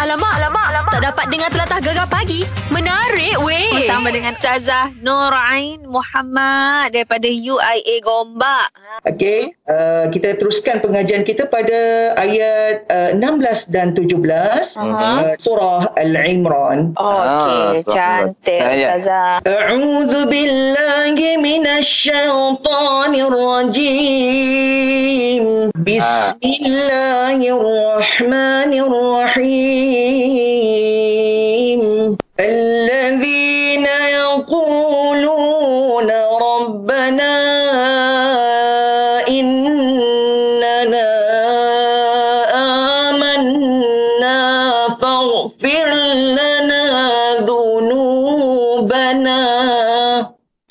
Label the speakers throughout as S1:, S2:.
S1: alamak, alamak, alamak. Oh, Tak dapat dengar telatah gegar pagi. Menarik weh.
S2: Bersama dengan Cazah Norain Muhammad daripada UIA Gombak.
S3: Okey, uh, kita teruskan pengajian kita pada ayat uh, 16 dan 17 uh, surah Al-Imran.
S2: Oh,
S4: Ah,
S2: Okey, cantik
S4: Saya.
S2: Cazah.
S3: أعوذ بالله من الشيطان الرجيم بسم الله الرحمن الرحيم الذين يقولون ربنا إننا آمنا فاغفر لنا ذنوبنا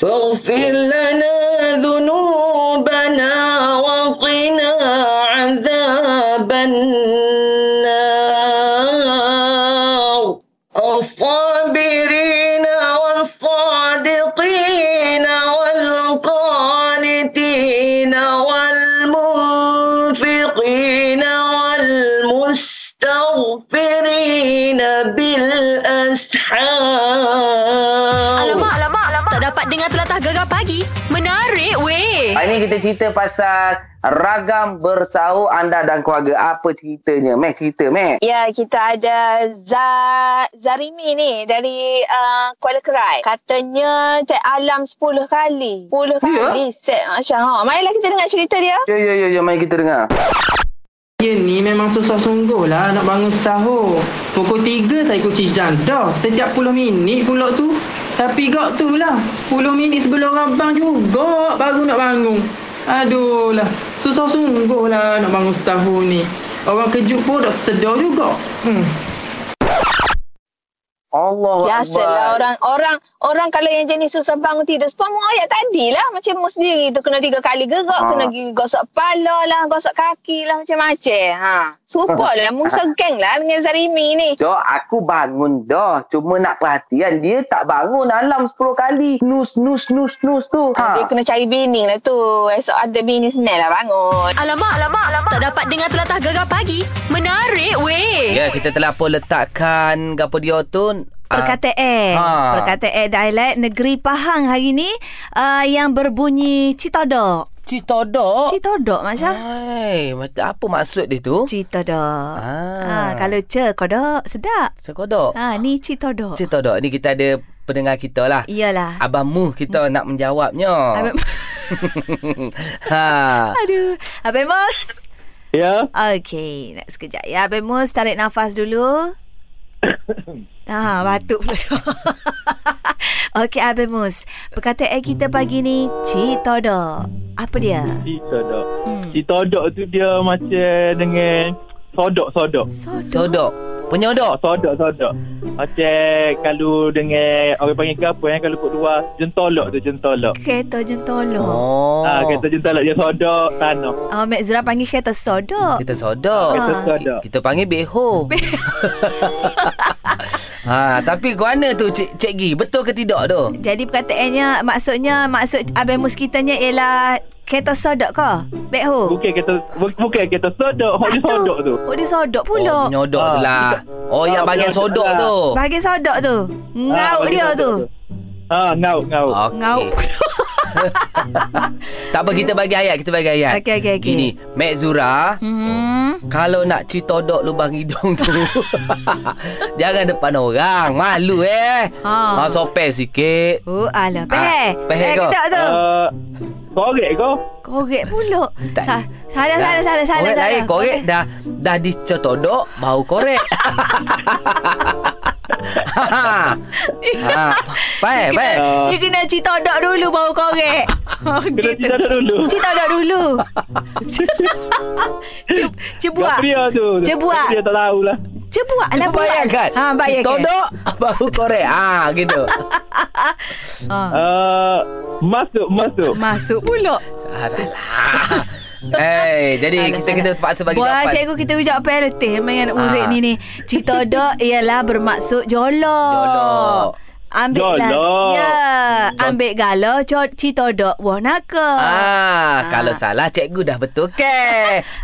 S3: فاغفر لنا ذنوبنا وقنا عذاب النار الصابرين والصادقين والقانتين والمنفقين والمستغفرين بالأسحار
S1: Alamak, alamak, alamak. Tak dapat dengar telatah gegar pagi. Menarik weh.
S4: Hari ni kita cerita pasal ragam bersahur anda dan keluarga. Apa ceritanya? Mac cerita, Mac.
S2: Ya, kita ada Za, Zarimi ni dari uh, Kuala Kerai. Katanya cek alam 10 kali. 10 kali set Masya Allah. Marilah lah kita dengar cerita dia.
S4: Yo, yo, yo, yo. Mari kita dengar.
S5: Ya ni memang susah sungguh lah nak bangun sahur. Pukul 3 saya ikut cijang dah. Setiap 10 minit pula tu. Tapi gak tu lah. 10 minit sebelum abang juga baru nak bangun. Aduh lah. Susah sungguh lah nak bangun sahur ni. Orang kejut pun dah sedar juga. Hmm.
S4: Allah
S6: Ya,
S2: Biasalah lah orang orang orang kalau yang jenis susah bangun tidur sepamuk ayat tadi lah macam mu sendiri tu kena tiga kali gerak
S4: Ha.
S2: ha. kena gi- gosok kepala lah gosok kaki lah macam-macam ha serupa lah mu segeng lah dengan Zarimi ni
S4: Cok, aku bangun dah. Cuma nak perhatian, dia tak bangun alam 10 kali. Nus, nus, nus, nus tu.
S2: ha. dia kena cari bini lah tu esok ada bini senang lah bangun
S1: Alamak, alamak, alamak. Tak dapat dengar telatah gegar pagi. Menarik weh.
S7: Ya, kita telah pun letakkan gapo dia tu. ah,
S6: Perkataan
S7: Ha.
S6: Perkataan dialek negeri Pahang hari ni uh, Yang berbunyi Citodok
S1: Oh.
S7: Citodok.
S6: Citodok Masya
S7: Hai, mat- apa maksud dia tu?
S6: Citodok
S7: Ah.
S6: ha, Kalau ce kodok sedap
S7: Sekodok.
S6: ha, Ni citodok
S7: Citodok ni kita ada pendengar kita lah.
S6: Iyalah
S7: Abang Mu kita
S6: Hmm.
S7: nak menjawabnya.
S6: Abang-
S7: ha.
S6: Aduh Abang Mus
S8: Ya,
S6: Okay Nak sekejap ya Abang Mus tarik nafas dulu Ah, batuk pula Okey Abang Mus Perkataan kita pagi ni Citodok Apa dia?
S8: si todok.
S6: Hmm.
S8: Si todok tu dia macam dengan sodok-sodok.
S6: Sodok
S7: Sodok. Penyodok.
S8: Sodok-sodok. Macam kalau dengan orang panggil ke apa eh kalau put luar jentolok tu jentolok.
S6: Kereta jentolok.
S7: Oh.
S8: Ah, kata jentolok dia sodok tanah.
S6: Oh. oh, Mek Zura panggil kereta sodok. Ah,
S7: Kita sodok.
S6: Kita
S7: Ki-
S8: sodok.
S7: Kita panggil beho. ha, tapi guana tu Cik, Cik Gi, betul ke tidak tu?
S6: Jadi perkataannya maksudnya maksud abang muskitanya ialah kereta sodok ke? Bekho.
S8: Bukan kata bu- bukan kata sodok, hok dia sodok tu.
S6: Oh dia sodok
S7: Oh,
S6: pula. Oh,
S7: penyodok tu
S8: Ah,
S7: lah. Oh, yang
S8: Ah,
S7: bagian
S8: penyodok
S7: sodok
S8: lah.
S7: tu.
S6: Bahagian sodok tu.
S8: Ah,
S6: Ngauk
S8: bagi
S6: dia
S8: sodok
S6: tu.
S8: Ah, ngau ngau.
S7: Okey.
S6: Ngauk.
S7: tak apa, kita bagi ayat. Kita bagi ayat.
S6: Okey okey okey.
S7: Gini, Mek Zura,
S6: Hmm.
S7: kalau nak citodok lubang hidung tu, jangan depan orang. Malu eh.
S6: Ha.
S7: Ha, sopel sikit.
S6: Oh alah peh.
S7: Ah, peh ke?
S6: tak tu.
S8: Ah, korek kau.
S6: Korek pula.
S7: Tak.
S6: Sa- salah salah salah salah.
S7: Korek lain,
S6: salah.
S7: korek dah dah dicotodok, bau korek. ha. Ha. Baik, baik.
S8: Ah,
S6: Dia kena citodok dulu baru korek. Oh,
S8: kena
S6: gitu.
S8: tidak dulu.
S6: Citodok dulu. Ce- Cebuak.
S8: Dia tu.
S6: Dia buat.
S8: Dia tak tahulah.
S6: Cebuak lah buat.
S7: Bayangkan
S6: Ha, bayangkan.
S7: Todok Bau korek ha, Gitu
S6: Ha.
S8: Ah, masuk masuk.
S6: Masuk pula.
S7: ah, Salah Hey, jadi
S6: Salah,
S7: kita
S6: salah.
S7: kita terpaksa bagi
S6: Wah,
S7: jawapan.
S6: cikgu kita ucap peletih memang anak
S7: Ah.
S6: murid ni ni. Citodok ialah bermaksud jolok.
S7: Jolok.
S6: Ambil lah.
S8: Galak.
S6: Ya, ambil gala co- citodok wah naka.
S7: Ah, kalau salah cikgu dah betul ke?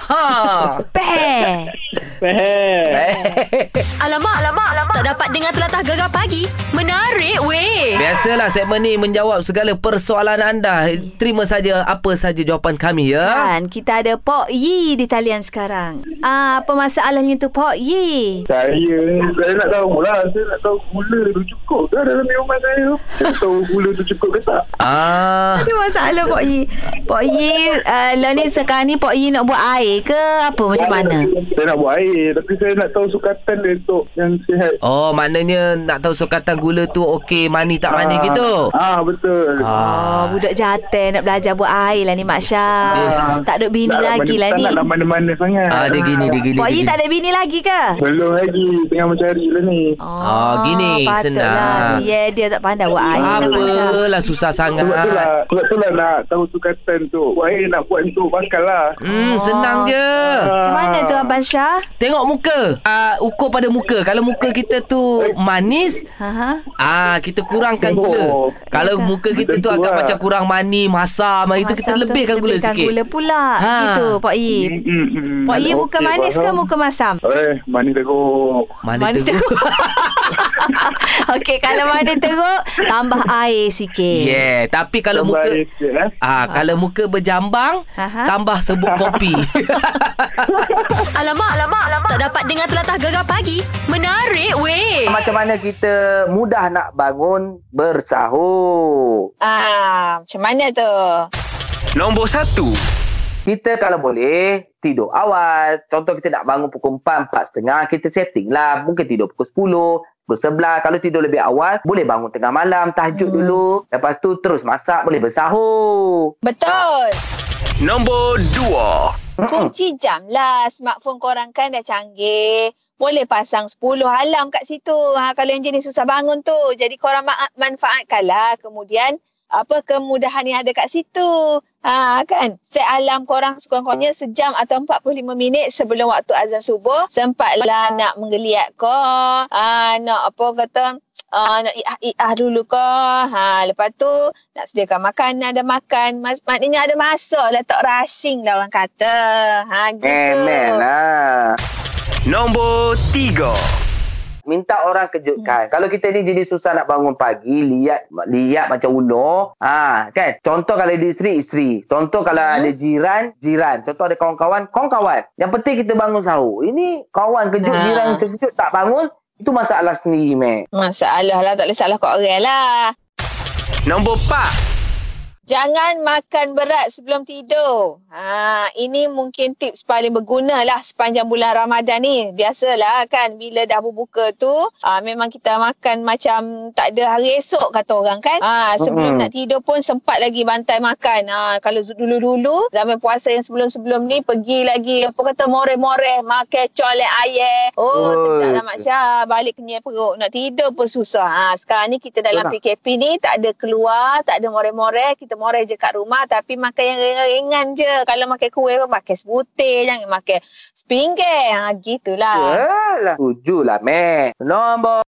S7: ha.
S6: Peh.
S8: Faham.
S1: Alamak, alamak, alamak. Tak dapat dengar telatah gegar pagi. Menarik weh.
S7: Biasalah segmen ni menjawab segala persoalan anda. Terima saja apa saja jawapan kami ya.
S6: Kan, kita ada Pok Yi di talian sekarang. Ah, apa masalahnya tu Pok Yi?
S8: Saya Saya nak tahu lah Saya nak tahu gula tu cukup ke Dalam minuman saya Saya tahu gula tu cukup ke tak
S7: Ah,
S6: Ada masalah Pok Yi. Pok Yi, uh, lah ni sekarang ni Pok Yi nak buat air ke apa macam mana?
S8: Saya nak buat air Tapi saya nak tahu sukatan dia untuk Yang sihat
S7: Oh, maknanya nak tahu sukatan gula tu okey, mani tak mani
S8: Ah.
S7: gitu. Ah.
S8: Ah betul
S6: Oh, budak jantan nak belajar buat air lah ni Mak Syah. Tak ada bini
S8: Ya. Tak nak
S6: lagi
S8: mana-
S6: lah
S8: Tak
S6: ni.
S8: nak dah mana-mana sangat
S7: Ah, dia gini, dia gini.
S6: Pok
S7: dia
S6: Yi
S7: gini.
S6: tak ada bini lagi ke? Ah,
S8: Belum lagi Tengah mencari lah ni
S7: Oh, gini, senang.
S6: Patutlah. Ya, dia tak pandai buat air lah Mak Syah.
S7: Apalah susah sangat.
S8: Sebab
S6: Ah.
S8: tu lah Sebab tu lah nak tahu sukatan tu Buat air nak buat untuk bakal lah
S7: Hmm,
S6: Ah.
S7: senang je.
S6: Macam mana tu Abang Syah?
S7: Tengok muka. Ah, ukur pada muka. Kalau muka kita tu manis,
S6: Ha-ha.
S7: ah kita kurangkan gula.
S8: Oh.
S7: Kalau muka kita tu
S8: Betul
S7: agak
S8: lah.
S7: macam kurang mani, masam, ah, itu kita
S6: Masam tu
S7: lebihkan gula
S6: lebihkan
S7: sikit.
S6: gula pula.
S7: Ha.
S6: Ha. Gitu, Pak Yi.
S8: Mm, mm.
S6: Pak Yi
S8: Okey,
S6: muka manis ke
S8: faham.
S6: muka masam?
S8: Eh manis teguk
S7: Mani,
S6: Mana
S7: teruk.
S6: teruk. Okey, kalau mana teruk, tambah air sikit.
S7: Yeah, tapi kalau muka
S8: Baik, eh.
S7: Ah, kalau muka berjambang,
S6: Aha.
S7: tambah sebut kopi.
S1: Alamak, alamak, alamak. Tak dapat dengar telatah gegar pagi. Menarik weh.
S4: Macam mana kita mudah nak bangun bersahur.
S2: Ah, macam mana tu?
S9: Nombor 1.
S4: Kita kalau boleh tidur awal. Contoh kita nak bangun pukul 4, 4.30. Kita setting lah. Mungkin tidur pukul 10, pukul 11. Kalau tidur lebih awal, boleh bangun tengah malam. Tahajud hmm. dulu. Lepas tu terus masak. Boleh bersahur.
S2: Betul.
S9: Nombor 2.
S2: Kunci jam lah. Smartphone korang kan dah canggih. Boleh pasang 10 alam kat situ. Ha, kalau yang jenis susah bangun tu. Jadi korang ma- manfaatkanlah. Kemudian apa kemudahan yang ada kat situ. Ha, kan? Set alam korang sekurang-kurangnya sejam atau 45 minit sebelum waktu azan subuh. Sempatlah nak menggeliat kau. Ha, nak apa kata uh, nak i'ah-i'ah dulu ke. Ha, lepas tu nak sediakan makanan dan makan. Mas, maknanya ada masa lah tak rushing lah orang kata. Ha, gitu.
S4: Amen lah.
S9: Nombor 3.
S4: Minta orang kejutkan. Hmm. Kalau kita ni jadi susah nak bangun pagi, lihat lihat macam uno. Ah, kan? Contoh kalau ada isteri, isteri. Contoh kalau hmm. ada jiran, jiran. Contoh ada kawan-kawan, kawan-kawan. Yang penting kita bangun sahur. Ini kawan kejut,
S2: Ha.
S4: jiran kejut tak bangun, itu masalah sendiri, meh.
S2: Masalah lah. Tak boleh salah kat orang lah.
S9: Nombor 4.
S2: Jangan makan berat sebelum tidur. Ha, ini mungkin tips paling berguna lah sepanjang bulan Ramadan ni. Biasalah kan bila dah berbuka tu ha, memang kita makan macam tak ada hari esok kata orang kan. Ha, sebelum
S4: Mm-mm.
S2: nak tidur pun sempat lagi bantai makan. Ha, kalau zu- dulu-dulu zaman puasa yang sebelum-sebelum ni pergi lagi apa kata more-more makan colek ayam. Oh,
S4: Oi.
S2: sedap lah Mak Syah. Balik kenyal perut. Nak tidur pun susah. Ha, sekarang ni kita dalam
S4: Betul
S2: PKP ni tak ada keluar, tak ada more-more. Kita more je kat rumah tapi makan yang ringan-ringan je. Kalau makan kuih pun makan sebutir. Jangan makan sepinggir. Ha, gitulah.
S4: Ya. Yalah. Tujuh lah, meh. Nombor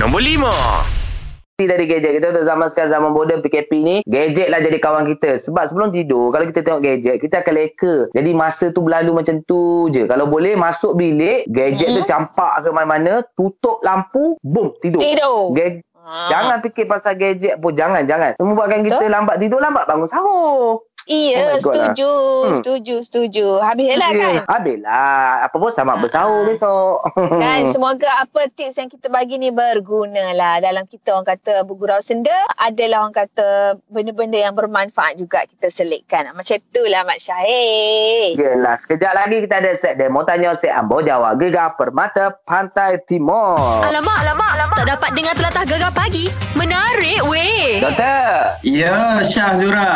S9: Nombor 5.
S4: Mesti dari gadget kita untuk zaman sekarang zaman moden PKP ni gadget lah jadi kawan kita sebab sebelum tidur kalau kita tengok gadget kita akan leka jadi masa tu berlalu macam tu je kalau boleh masuk bilik gadget
S2: Mhm.
S4: tu campak ke mana-mana tutup lampu boom tidur,
S2: Eh. Tidur.
S4: Gadget
S2: Ha.
S4: Jangan fikir pasal gadget pun Jangan jangan Membuatkan kita lambat tidur Lambat bangun sahur
S2: Iya,
S4: Oh my God lah.
S2: setuju,
S4: Hmm.
S2: setuju, setuju. Habislah kan.
S4: Ya.
S2: Ah.
S4: Habislah Apa pun sama bersahur besok
S2: Kan
S4: Hmm.
S2: semoga apa tips yang kita bagi ni berguna lah dalam kita orang kata bergurau senda adalah orang kata benda-benda yang bermanfaat juga kita selitkan. Macam tu lah Mak Syahir.
S4: Yelah, sekejap lagi kita ada set demo tanya set Ambo Jawa Gegar Permata Pantai Timur.
S1: Alamak, alamak, alamak. Tak dapat dengar telatah gegar pagi. Menarik weh.
S4: Doktor,
S5: Ya, Syah Zura.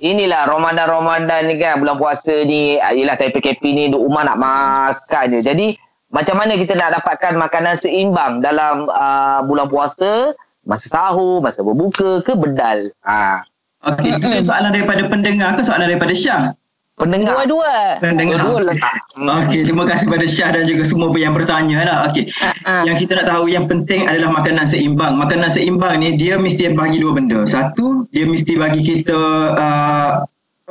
S4: inilah Ramadan-Ramadan ni kan bulan puasa ni ah, yelah time PKP ni duk rumah nak makan je. Jadi macam mana kita nak dapatkan makanan seimbang dalam uh, bulan puasa, masa sahur, masa berbuka ke bedal. Ha.
S5: Okey, itu soalan daripada pendengar ke soalan daripada Syah?
S4: Pendengar.
S2: Dua-dua.
S5: Pendengar.
S4: Dua-dua lah. letak.
S5: Okey, terima kasih pada Syah dan juga semua yang bertanya lah. Okey.
S2: ah.
S5: Yang kita nak tahu yang penting adalah makanan seimbang. Makanan seimbang ni dia mesti bagi dua benda. Satu, dia mesti bagi kita uh,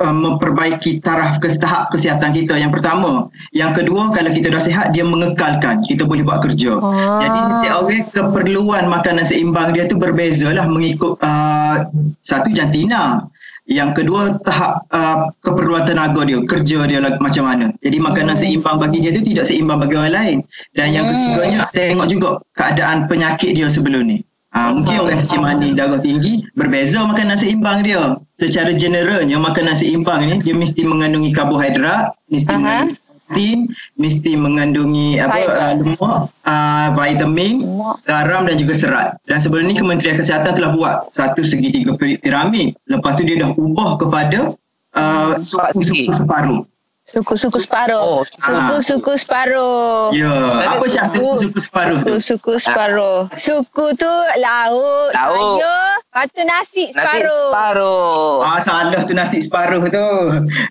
S5: uh, memperbaiki taraf kes tahap kesihatan kita yang pertama. Yang kedua, kalau kita dah sihat dia mengekalkan. Kita boleh buat kerja.
S2: Ah.
S5: Jadi setiap orang keperluan makanan seimbang dia tu berbezalah mengikut uh, satu jantina. Yang kedua tahap uh, keperluan tenaga dia, kerja dia lah, macam mana. Jadi makanan
S2: Hmm.
S5: seimbang bagi dia tu tidak seimbang bagi orang lain. Dan yang ketiganya tengok juga keadaan penyakit dia sebelum ni. Ha, mungkin orang kecil manis darah tinggi berbeza makanan seimbang dia. Secara generalnya makanan seimbang ni dia mesti mengandungi karbohidrat, mesti
S2: Aha.
S5: mengandungi protein, mesti mengandungi apa
S2: Fiber.
S5: uh, lemak, uh, vitamin,
S2: Lemak.
S5: garam dan juga serat. Dan sebelum ni Kementerian Kesihatan telah buat satu segitiga pir- piramid. Lepas tu dia dah ubah kepada uh, suku-suku
S4: sikit.
S5: separuh.
S2: Suku-suku separuh.
S4: Oh,
S2: Suku-suku separuh.
S5: Ya, yeah. apa Syah suku-suku
S4: Ah.
S5: separuh tu?
S2: Suku-suku separuh. Suku tu lauk,
S4: Lauk.
S2: sayur, lepas tu nasi
S4: Nasi
S2: separuh.
S4: separuh.
S5: Ah salah tu nasi separuh tu.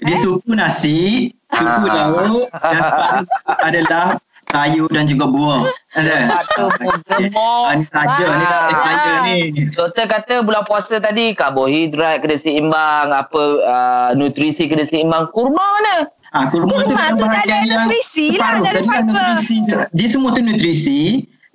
S5: Dia suku nasi,
S4: Eh?
S5: suku
S4: Ah.
S5: lauk dan separuh adalah sayur dan juga buah. Kan?
S4: Patut pun gemuk.
S5: Ah, Ni saja ni tak ada
S4: Wah.
S5: saya ni.
S4: Doktor kata bulan puasa tadi karbohidrat kena seimbang, apa uh, nutrisi kena seimbang. Kurma mana?
S5: Ah, kurma,
S2: Kurma
S5: kan
S2: tu tak
S5: bahagian
S2: ada
S5: yang
S2: nutrisi lah, tak ada
S5: separuh. Jadi kan
S2: fiber.
S5: nutrisi dia. Dia semua tu nutrisi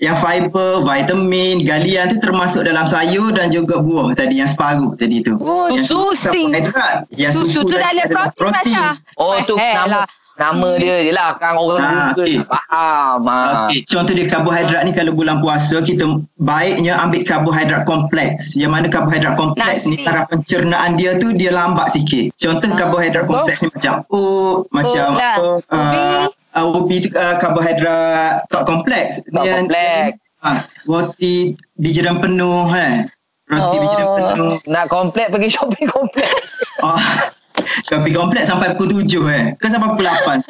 S5: yang fiber, vitamin, galian tu termasuk dalam sayur dan juga buah tadi yang separuh tadi tu.
S2: Oh,
S5: Yang susu
S2: susu.
S5: karbohidrat. Yang
S2: Susu tu
S5: tadi
S2: dah ada protein, protein. Masya.
S4: Oh tu
S2: Eh,
S4: nama
S2: lah.
S4: nama dia je lah kan orang
S5: Ah,
S4: Google
S5: okey.
S4: tak faham. Ah.
S5: Okey, contoh dia karbohidrat ni kalau bulan puasa kita baiknya ambil karbohidrat kompleks. Yang mana karbohidrat kompleks
S2: Nasi.
S5: ni cara pencernaan dia tu dia lambat sikit.
S4: Ah.
S5: Contoh
S4: Oh.
S5: karbohidrat kompleks ni macam oat, macam
S2: lah.
S5: apa uh, uh, ubi tu uh, karbohidrat tak kompleks.
S4: Tak kompleks.
S5: Ha, roti bijiran penuh kan.
S2: Oh.
S5: Roti oh. bijiran penuh.
S4: Nak komplek pergi shopping komplek.
S5: Oh. Kopi kompleks sampai pukul 7 eh. Ke sampai pukul 8.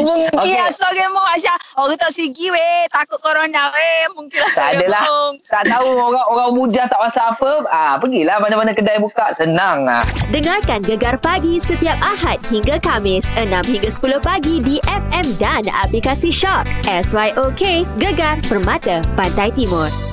S2: Mungkin okay.
S4: Okey.
S2: asal gemuk Aisyah. Orang tak sigi weh, takut corona weh. Mungkin asal
S4: tak adalah.
S2: gemuk.
S4: Tak tahu orang orang muda tak rasa apa. Ah pergilah mana-mana kedai buka senang ah.
S1: Dengarkan Gegar Pagi setiap Ahad hingga Kamis 6 hingga 10 pagi di FM dan aplikasi Shock. SYOK Gegar Permata Pantai Timur.